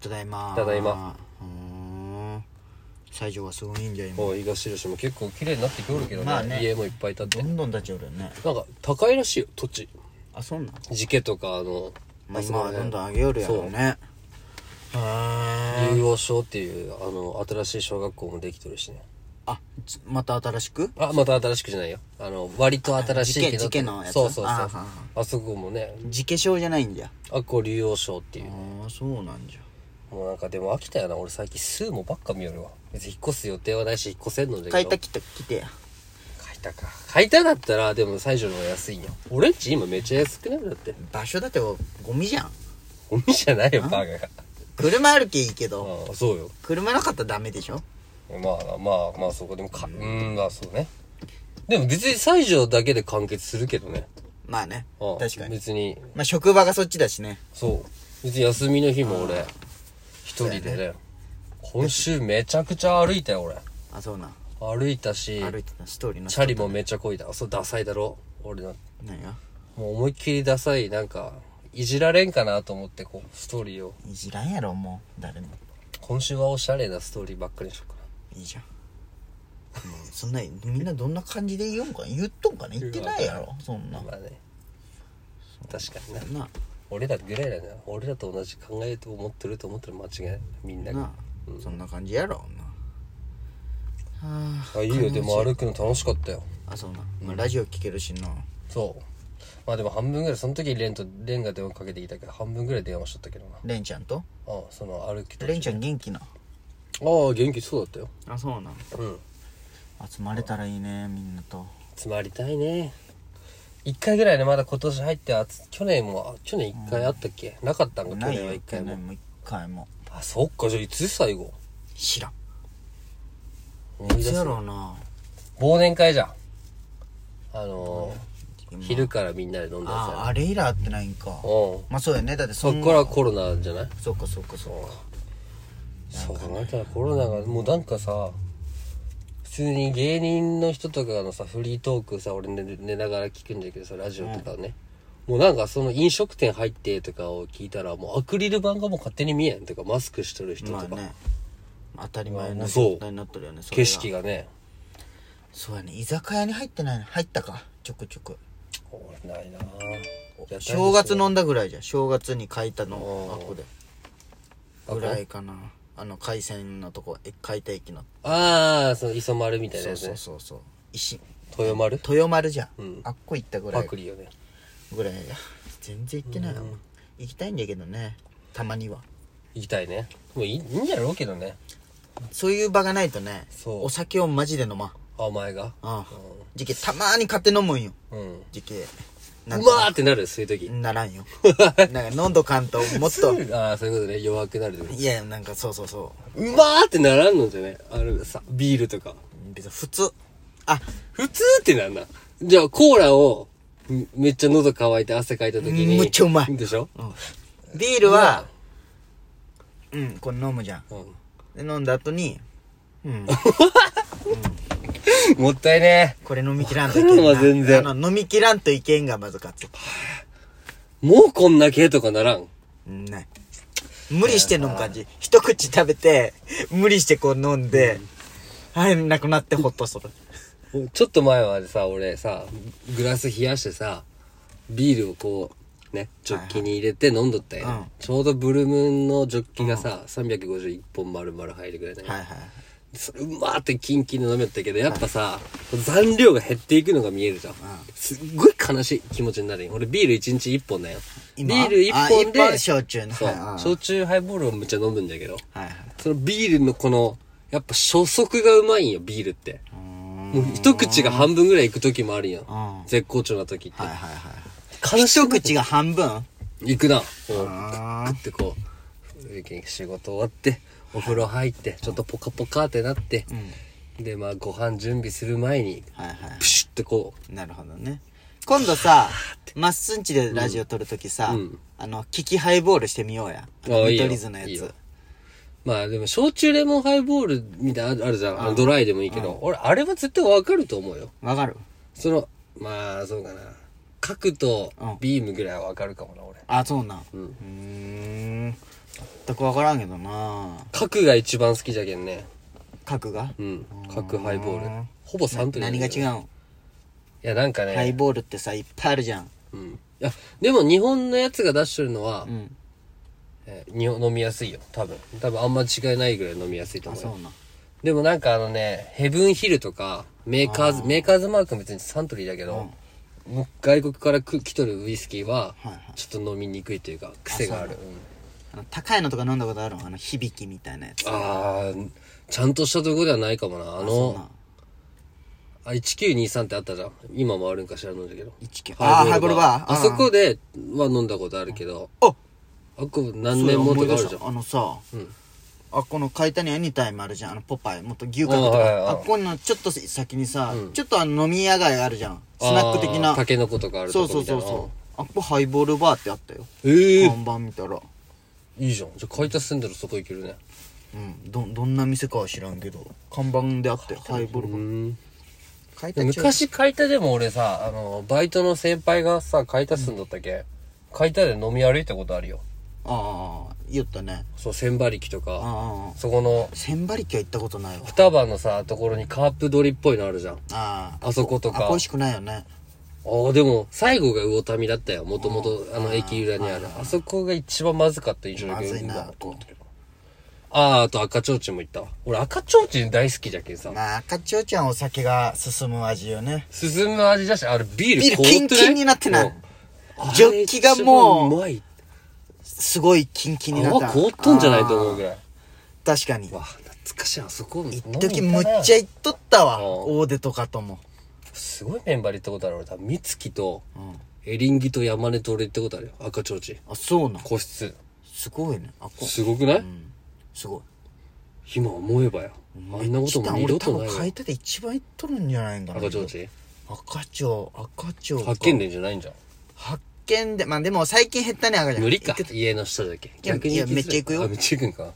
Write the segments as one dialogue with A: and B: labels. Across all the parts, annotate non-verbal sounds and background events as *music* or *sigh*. A: ただいま
B: ただいま
A: うーん西条はすごいんじゃ今
B: もう東広島も結構綺麗になってきおるけどね,、
A: まあね
B: 家もいっぱい建って
A: ど
B: なん
A: どん立ち寄るよね
B: んか高いらしいよ土地
A: あそんなん
B: 時家とかあの
A: まあ
B: そ
A: 今
B: こら
A: はどん
B: 辺
A: どん上げよるやろうねへ
B: 竜
A: え
B: 王小っていうあの新しい小学校もできてるしね
A: あつまた新しく
B: あまた新しくじゃないよあの割と新しいけ
A: 事件
B: ど
A: 事件のやつ
B: そうそうそう
A: ああ
B: あそこもね
A: 自化粧じゃないんじゃ
B: あっこ竜王小っていう
A: ああそうなんじゃ
B: もうなんかでも飽きたよな俺最近スーモばっか見よるわ別に引っ越す予定はないし引っ越せんので
A: 買いたきた来てや
B: 買いたか買いただったらでも最初の方が安いんよ俺んち今めっちゃ安くなるだって
A: 場所だってゴミじゃん
B: ゴミじゃないよバカが
A: 車あるけいいけど
B: ああそうよ
A: 車なかったらダメでしょ
B: まあまあまあそこでもかうーんまあそうねでも別に西条だけで完結するけどね
A: まあね
B: ああ
A: 確かに
B: 別に
A: まあ職場がそっちだしね
B: そう別に休みの日も俺一人でね今週めちゃくちゃ歩いたよ俺
A: あそうなん
B: 歩いたし
A: 歩いてたストーリーの
B: チャリもめっちゃこいだそうダサいだろ俺の
A: 何が
B: もう思いっきりダサいなんかいじられんかなと思ってこうストーリーを
A: いじらんやろもう誰も
B: 今週はおしゃれなストーリーばっかりにしようか
A: いいじゃんもうそんなみんなどんな感じで言うんか言っとんかね言ってないやろそんな
B: なまあね確かにな
A: な
B: 俺らぐらいだな俺らと同じ考えと思ってると思ってる間違いないみんなが
A: なそんな感じやろなはあ
B: あいいよでも歩くの楽しかったよ
A: あそうな、まあ、ラジオ聞けるしな
B: そうまあでも半分ぐらいその時レンとレンが電話かけてきたけど半分ぐらい電話しとったけどな
A: レンちゃんと
B: ああその歩きとあ
A: レンちゃん元気な
B: あ元気そうだったよ
A: あそうな
B: うん
A: 集まれたらいいねみんなと
B: 集まりたいね一回ぐらいねまだ今年入ってあつ去年もあ去年一回あったっけ、なかったんか去
A: ない
B: 年は
A: よ
B: 一
A: 一
B: 回
A: 回
B: も
A: も一回も
B: あそっかじゃあいつ最後
A: 知らん
B: 思い
A: い
B: 出
A: つ
B: す
A: やろうな
B: 忘年会じゃんあのー
A: 今
B: 昼からみんなで飲んだやつ
A: ああれ以来会ってないんか
B: やろうん
A: まあそうやねだって
B: そ
A: そ
B: っ
A: ん
B: からコロナじゃない
A: そっかそっかそっか
B: そう考えたらコロナがもうなんかさ普通に芸人の人とかのさフリートークさ俺寝寝ながら聞くんだけどさラジオとかね、もうなんかその飲食店入ってとかを聞いたらもうアクリル板がもう勝手に見えんとかマスクしとる人と
A: ま
B: か、
A: あね当たり前
B: ま
A: の
B: あそう
A: 状態になってるよねそれ
B: 景色がね
A: そうやね居酒屋に入ってないの入ったかちょくちょく
B: 俺ないなぁ
A: 正月飲んだぐらいじゃん正月に書いたの
B: おー
A: あっこでぐらいかなあの海鮮のとこえ海底駅の
B: ああその磯丸みたいな
A: そ
B: や
A: う
B: つ
A: そ
B: ね
A: うそうそう石
B: 豊丸
A: 豊丸じゃん、
B: うん
A: あっこ行ったぐら
B: パ
A: い
B: クリよね
A: ぐらいや全然行ってないよ
B: うん
A: 行きたいんだけどねたまには
B: 行きたいねもういいいいんやろうけどね
A: そういう場がないとね
B: そう
A: お酒をマジで飲まん
B: あお前が
A: ああ時期たまーに買って飲むんよ
B: うん
A: 時期
B: う
A: な
B: わ
A: んか
B: ーってなるそういう時
A: ならん
B: *laughs*
A: よなんか飲んどかんともっと
B: ああそういうことね弱くなる
A: いやいやなんかそうそうそう
B: まーってならんのじゃねあのさビールとか
A: う別に普通あ
B: 普通ってなんだじゃあコーラをんめっちゃ喉乾いて汗かいた時に
A: むっちゃうまい
B: でしょ
A: ビールはうんこれ飲むじゃん
B: う
A: で飲んだ後にうん
B: んもったいね
A: これ飲み切らんといけんな
B: わからんわ全然
A: あの飲み切らんといけんがまずかつ
B: えもうこんな系とかならん
A: うんない無理して飲む感じ一口食べて無理してこう飲んで、はいなくなってホッとする
B: ちょっと前までさ俺さグラス冷やしてさビールをこうねジョッキに入れて飲んどったよ、
A: うん
B: ちょうどブルムーンのジョッキがさ、351本丸々入るぐらいだよ、
A: はいはい
B: それうまーってキンキンの飲めたけど、やっぱさ、残量が減っていくのが見えるじゃん。すっごい悲しい気持ちになるよ。俺ビール1日1本だよ。ビ
A: 今
B: ール1
A: あ
B: 本
A: 一
B: で、
A: 本焼酎の
B: そう
A: はいはい
B: 焼酎ハイボールをむっちゃ飲むんだけど、
A: はいはい
B: そのビールのこの、やっぱ初速がうまいんよ、ビールって。もう一口が半分ぐらいいく時もあるんよ
A: う。
B: 絶好調な時って
A: はい。はいはい
B: 悲し
A: 一
B: い
A: 口が半分
B: 行くな。こう
A: あー
B: グッてこう、仕事終わって、お風呂入って、ちょっとポカポカってなって、で、まあご飯準備する前に、
A: はいは
B: プシュってこ
A: いなるほどね今度
B: *laughs*
A: さまっすんちでラジオ撮るときさ、
B: うん
A: あのキキハイボールしてみようやあの
B: あい
A: 見
B: いよ
A: 取り図のやつ
B: いいよう、まあでも焼酎レモンハイボールみたいなのあるじゃん。あのドライでもいいけど、俺あれは絶対わかると思うよ。
A: わかる
B: その、まあそうかな。角と
A: うん
B: ビームぐらいはわかるかもな、俺。
A: あそうなんう
B: うん
A: ーん全く分からんけどな
B: 角が一番好きじゃけんね
A: 角が
B: うん角ハイボ
A: う
B: ー
A: ん
B: ルほぼサントリー
A: 何が違う
B: い
A: ん
B: やなんかね、
A: ハイボールってさいっぱいあるじゃん
B: うん、いやでも日本のやつが出してるのは、
A: うん
B: えー日本飲みやすいよ多分多分あんま違いないぐらい飲みやすいと
A: あ
B: 思う
A: そ
B: よ
A: うな
B: でもなんかあのね、ヘブンヒルとか、メーカーズ、メーカーズマークは別にサントリーだけど、もう外国からく来とるウイスキーは
A: はいはい、
B: ちょっと飲みにくいというか、癖がある。
A: あの高いのとか飲んだことあるあの響きみたいなやつ
B: あ,、あー、ちゃんとしたとこではないかもな。あ
A: そうな
B: の、あ1923ってあったじゃん。今もあるんか知らんのだけど。
A: 19
B: ハ
A: あーハイボールバー
B: あそこでは飲んだことあるけど、
A: あ
B: あっこ何年も
A: そう思
B: と
A: い
B: かあ
A: 出し
B: るじゃん。
A: たあのさ、あこの買い谷にタイムあるじゃんあのポパイもっと牛角
B: あ
A: と
B: はいはいはい
A: かあっこのちょっと先にさ、ちょっとあの飲み屋街あるじゃんスナック的
B: あ
A: な
B: ータケノコとかある
A: そ
B: と
A: う
B: こ
A: そう
B: みたい
A: そ
B: な。
A: うそうあっこハイボールバーってあったよ
B: ええ
A: 看板見たら
B: いいじゃん。じゃあ、買い足すんだらそこ行けるね。
A: うんどどんな店かは知らんけど看板であってハイボールバー
B: うん。
A: 買い
B: で
A: 谷ちょい
B: 昔買いたでも俺さ、あの、バイトの先輩がさ、買い足すんだったっけ、買いたで飲み歩いたことあるよ。
A: ああ言ったね
B: そう、千馬力とか、
A: ああ
B: そこの、
A: 千馬力は行ったことないわ
B: 双葉のさ、ところにカープ取りっぽいのあるじゃん。
A: ああ
B: あそことか
A: あこ美味しくないよね
B: ああ、でも、最後が魚民だったよ。もともと、あの、駅裏にある。あそこが一番まずかった印象だけ
A: ま
B: ど
A: ずいな
B: 今思ってるああ、あと赤ちょうちんも行ったわ。俺赤ちょうちん大好きじゃけんさ。
A: まあ赤ちょうちんはお酒が進む味よね
B: 進む味だし、あれビール
A: ビール
B: 凍って
A: キンキンになってない
B: うんあれ
A: ジョッキがもう
B: 一番うまい。
A: すごいキンキンになっ
B: 泡
A: た
B: 凍っとんじゃないと思うぐらい。
A: あー確かに
B: わ懐かしいあそこ
A: 一
B: 一
A: 時むっちゃ行っとったわ
B: うん
A: 大手とかとも
B: すごいメンバーで行ったことある俺多分美月と
A: うん
B: エリンギと山根と俺行ったことあるよ赤ちょうちん
A: あそうなん
B: 個室
A: すごいねあこ
B: すごくない、
A: うんすごい
B: 今思えばやあんなことも二
A: 俺
B: 度
A: 多
B: とな
A: 分
B: い
A: 買い
B: よ
A: 手で一番行っとるんじゃないんだな
B: 赤ちょうちん
A: 赤ちょう赤ちょうか
B: 発見伝じゃないんじゃん
A: 発見でまあでも最近減ったね赤ちゃん
B: 無理か
A: 行ってた
B: 家の下だけ
A: や
B: 逆に
A: いやめっちゃ行くよ
B: あめっちゃ行くんか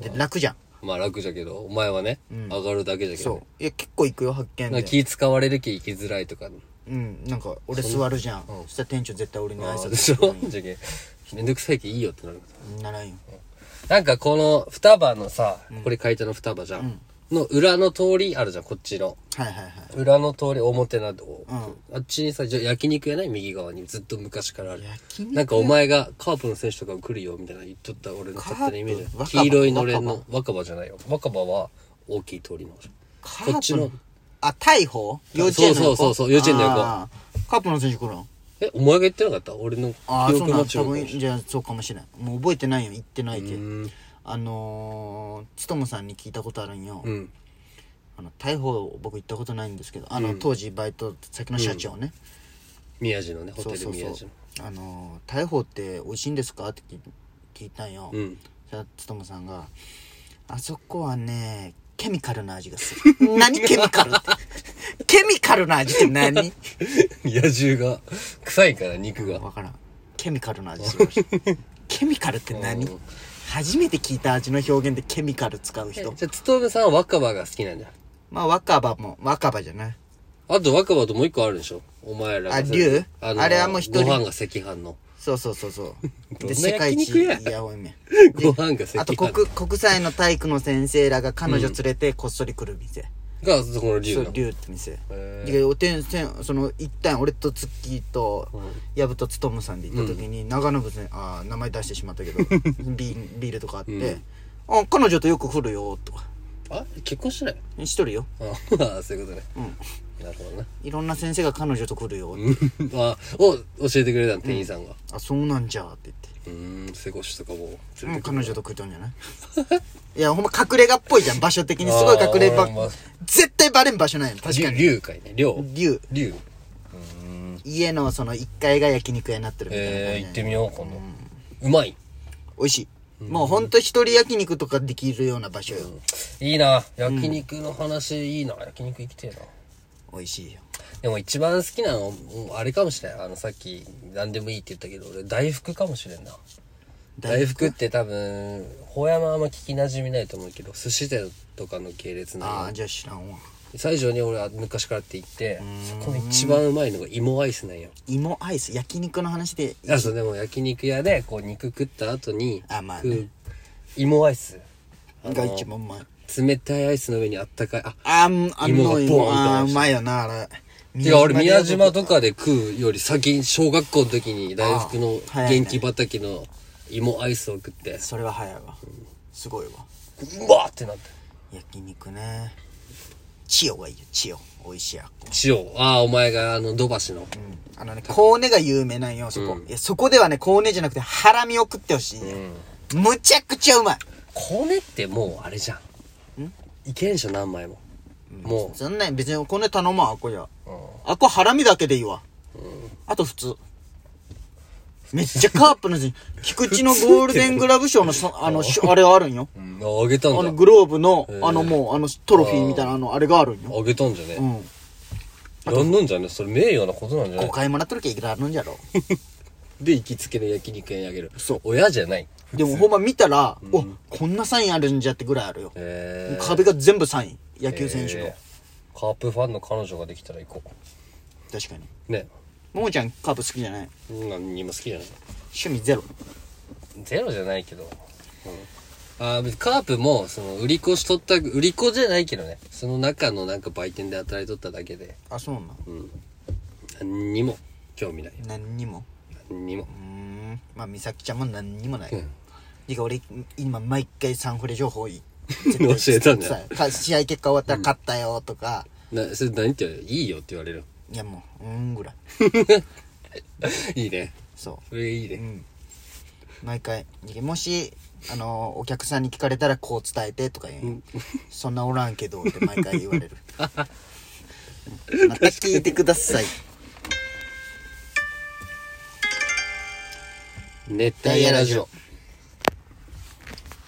A: で楽じゃん
B: まあ楽じゃけどお前はね、上がるだけじゃけど
A: そ
B: ね
A: ういや結構行くよ発見
B: なん
A: で
B: か気使われるけ行きづらいとか
A: うんなんか俺座るじゃんそしたら店長絶対俺に
B: あ
A: 挨
B: ー
A: 拶
B: でしょ *laughs* じゃけめんどくさいけいいよってなる
A: ならんよ
B: なんかこの双葉のさ、これ会社の双葉じゃん。の裏の通りあるじゃん、こっちの。
A: はいはいはい
B: 裏の通り、表など、あっちにさ、じゃ焼肉屋ない右側にずっと昔からある。
A: 焼肉
B: なんかお前がカープの選手とかが来るよみたいな言っとった俺の勝手なイメージ
A: カープ。
B: 黄色いのれん
A: 若
B: の、若葉じゃないよ。若葉は大きい通りの。
A: カープ
B: こっちの。
A: あ大鵬幼稚園の
B: そうそうそうそう幼稚園の横
A: あーカープの選手来るの
B: え、お前が言ってなかった俺の記
A: ああそう
B: 憶
A: な
B: の
A: の
B: 違
A: 多分
B: う。
A: じゃあそうかもしれないもう覚えてないよ行ってないけ
B: ん
A: あのーつともさんに聞いたことあるんよ、
B: うん。
A: あの大鵬僕行ったことないんですけどあの、当時バイト先の社長ね、
B: 宮地のね、ホ
A: そう
B: テル
A: そう
B: 宮地
A: そう
B: の。
A: あのー大鵬って美味しいんですかって聞い聞いたんよ、
B: うん。 *laughs*
A: じゃあつともさんが「あそこはねケミカルな味がす
B: *laughs*
A: る何ケミカルってケミカルな味って何?」
B: 野獣が、臭いから肉が。
A: わからんケミカルな味するらしいケミカルって何
B: うん
A: 初めて聞いた味の表現でケミカル使う
B: じゃ
A: 人
B: あ、つとむさんは若葉が好きなんだ。
A: まあ若葉も若葉じゃない
B: あと若葉ともう一個あるでしょお前らが
A: あ竜
B: の
A: あれはもう一人
B: ご飯が赤飯の。
A: そうそうそうそう
B: *laughs* どんな
A: で世界一
B: 焼肉や
A: やおいめ
B: *laughs* ご飯が赤飯
A: あと国国際の体育の先生らが彼女連れてこっそり来る店、
B: が、そこの竜
A: そ
B: の
A: う。竜って店
B: へ
A: でおてんせんその一旦俺とツッキーと藪とつとむさんで行った時に、長野部さんあー名前出してしまった
B: *laughs*
A: けどビービールとかあって、あ彼女とよく来るよとか
B: あ結婚してない
A: 一人よ
B: ああ、そういうことね。なるほどな。
A: いろんな先生が彼女と来るよ、
B: *laughs* あを教えてくれたの、店員さんが。
A: あそうなんじゃって言って
B: うーん、背腰とかも連
A: も
B: れ
A: う
B: てく
A: 彼女と来るんじゃないいやほんま隠れ家っぽいじゃん場所的にすごい隠れ
B: あー
A: ば
B: ほんま
A: 絶対バレん場所なんや確か
B: る。
A: に
B: 竜かいね。竜。
A: 竜
B: 竜。
A: 家のその1階が焼肉屋になってるみたいな感
B: え
A: じな
B: ー、行っ
A: んや
B: てみよう、今度。うまい。
A: 美味しいもうほんと一人焼肉とかできるような場所よ、
B: いいな。焼肉の話いいな。焼肉行きてえな。
A: 美味しいよ
B: でも一番好きなの、もうあれかもしれない。あの、さっき、何でもいいって言ったけど、俺、大福かもしれんな。大福って多分、法山はあんま聞き馴染みないと思うけど、寿司店とかの系列な
A: あ
B: の
A: あじゃあ知らんわ
B: 西条に俺は昔からって言って
A: うん
B: そこの一番うまいのが芋アイスなんよ
A: 芋アイス焼肉の話で
B: あそうでも焼肉屋でこう肉食った後に
A: あまあ
B: 食う
A: ね
B: 芋アイスあの
A: が一番うまい
B: 冷たいアイスの上にあったかいあ
A: あんあ
B: 芋
A: の
B: がボーン
A: 芋
B: と
A: あーうまいよなあれ
B: てか俺宮島とかで食うより先に小学校の時に大福の
A: あー
B: 元気畑の芋アイスを食って
A: それは早いわすごいわ
B: うわーってなって
A: 焼肉ね千代がいいよ千代美味しいや
B: 塩ああお前があの土橋の
A: あのねコーネが有名なんよそこ、いやそこではねコーネじゃなくてハラミを食ってほしいね、むちゃくちゃうまい
B: コネってもうあれじゃんいけんでしょ何枚もも
A: そんなん別にコーネ頼まんあこや
B: ううん
A: あこハラミだけでいいわ、あと普通めっちゃカープの *laughs* 字菊池のゴールデングラブ賞のそあのしあれあるんよ
B: うんああげたん
A: あ
B: だ
A: のグローブの、あのもう、あのトロフィーみたいな、あの、あれがあるんよ。
B: あげたんじゃね
A: うん。
B: やんのんじゃねそれ名誉なことなんじゃない
A: 5回もらっとるけいくらあるんじゃろ。
B: で行きつけの焼肉屋にあげる
A: そう
B: 親じゃない
A: でもほんま見たら、お、こんなサインあるんじゃってぐらいあるよ。
B: えー
A: 壁が全部サイン。野球選手の。
B: えーカープファンの彼女ができたら行こ
A: 確かに。
B: うね
A: ももちゃんカープ好きじゃない
B: 何にも好きじゃない
A: 趣味ゼロ。
B: ゼロじゃないけど、うん、あー別にカープもその売り子しとった売り子じゃないけどねその中のなんか売店で働いとっただけで
A: あ、そうなん。
B: 何にも興味ない
A: 何にも。
B: 何にも
A: うーん。まあ、美咲ちゃんも何にもない。
B: うん
A: てか俺、今毎回サンフレ情報いい。
B: *laughs* 教えたんだよ
A: さか試合結果終わったら勝ったよとか、
B: なそれ何って言われるいいよって言われる
A: いやもう、うーんぐらい。
B: いいね
A: そう。
B: それいいうね
A: ん、毎回もしあのお客さんに聞かれたらこう伝えてとか言う、そんなおらんけどって毎回言われる *laughs* うんまた聞いてください
B: 熱帯夜ラジオ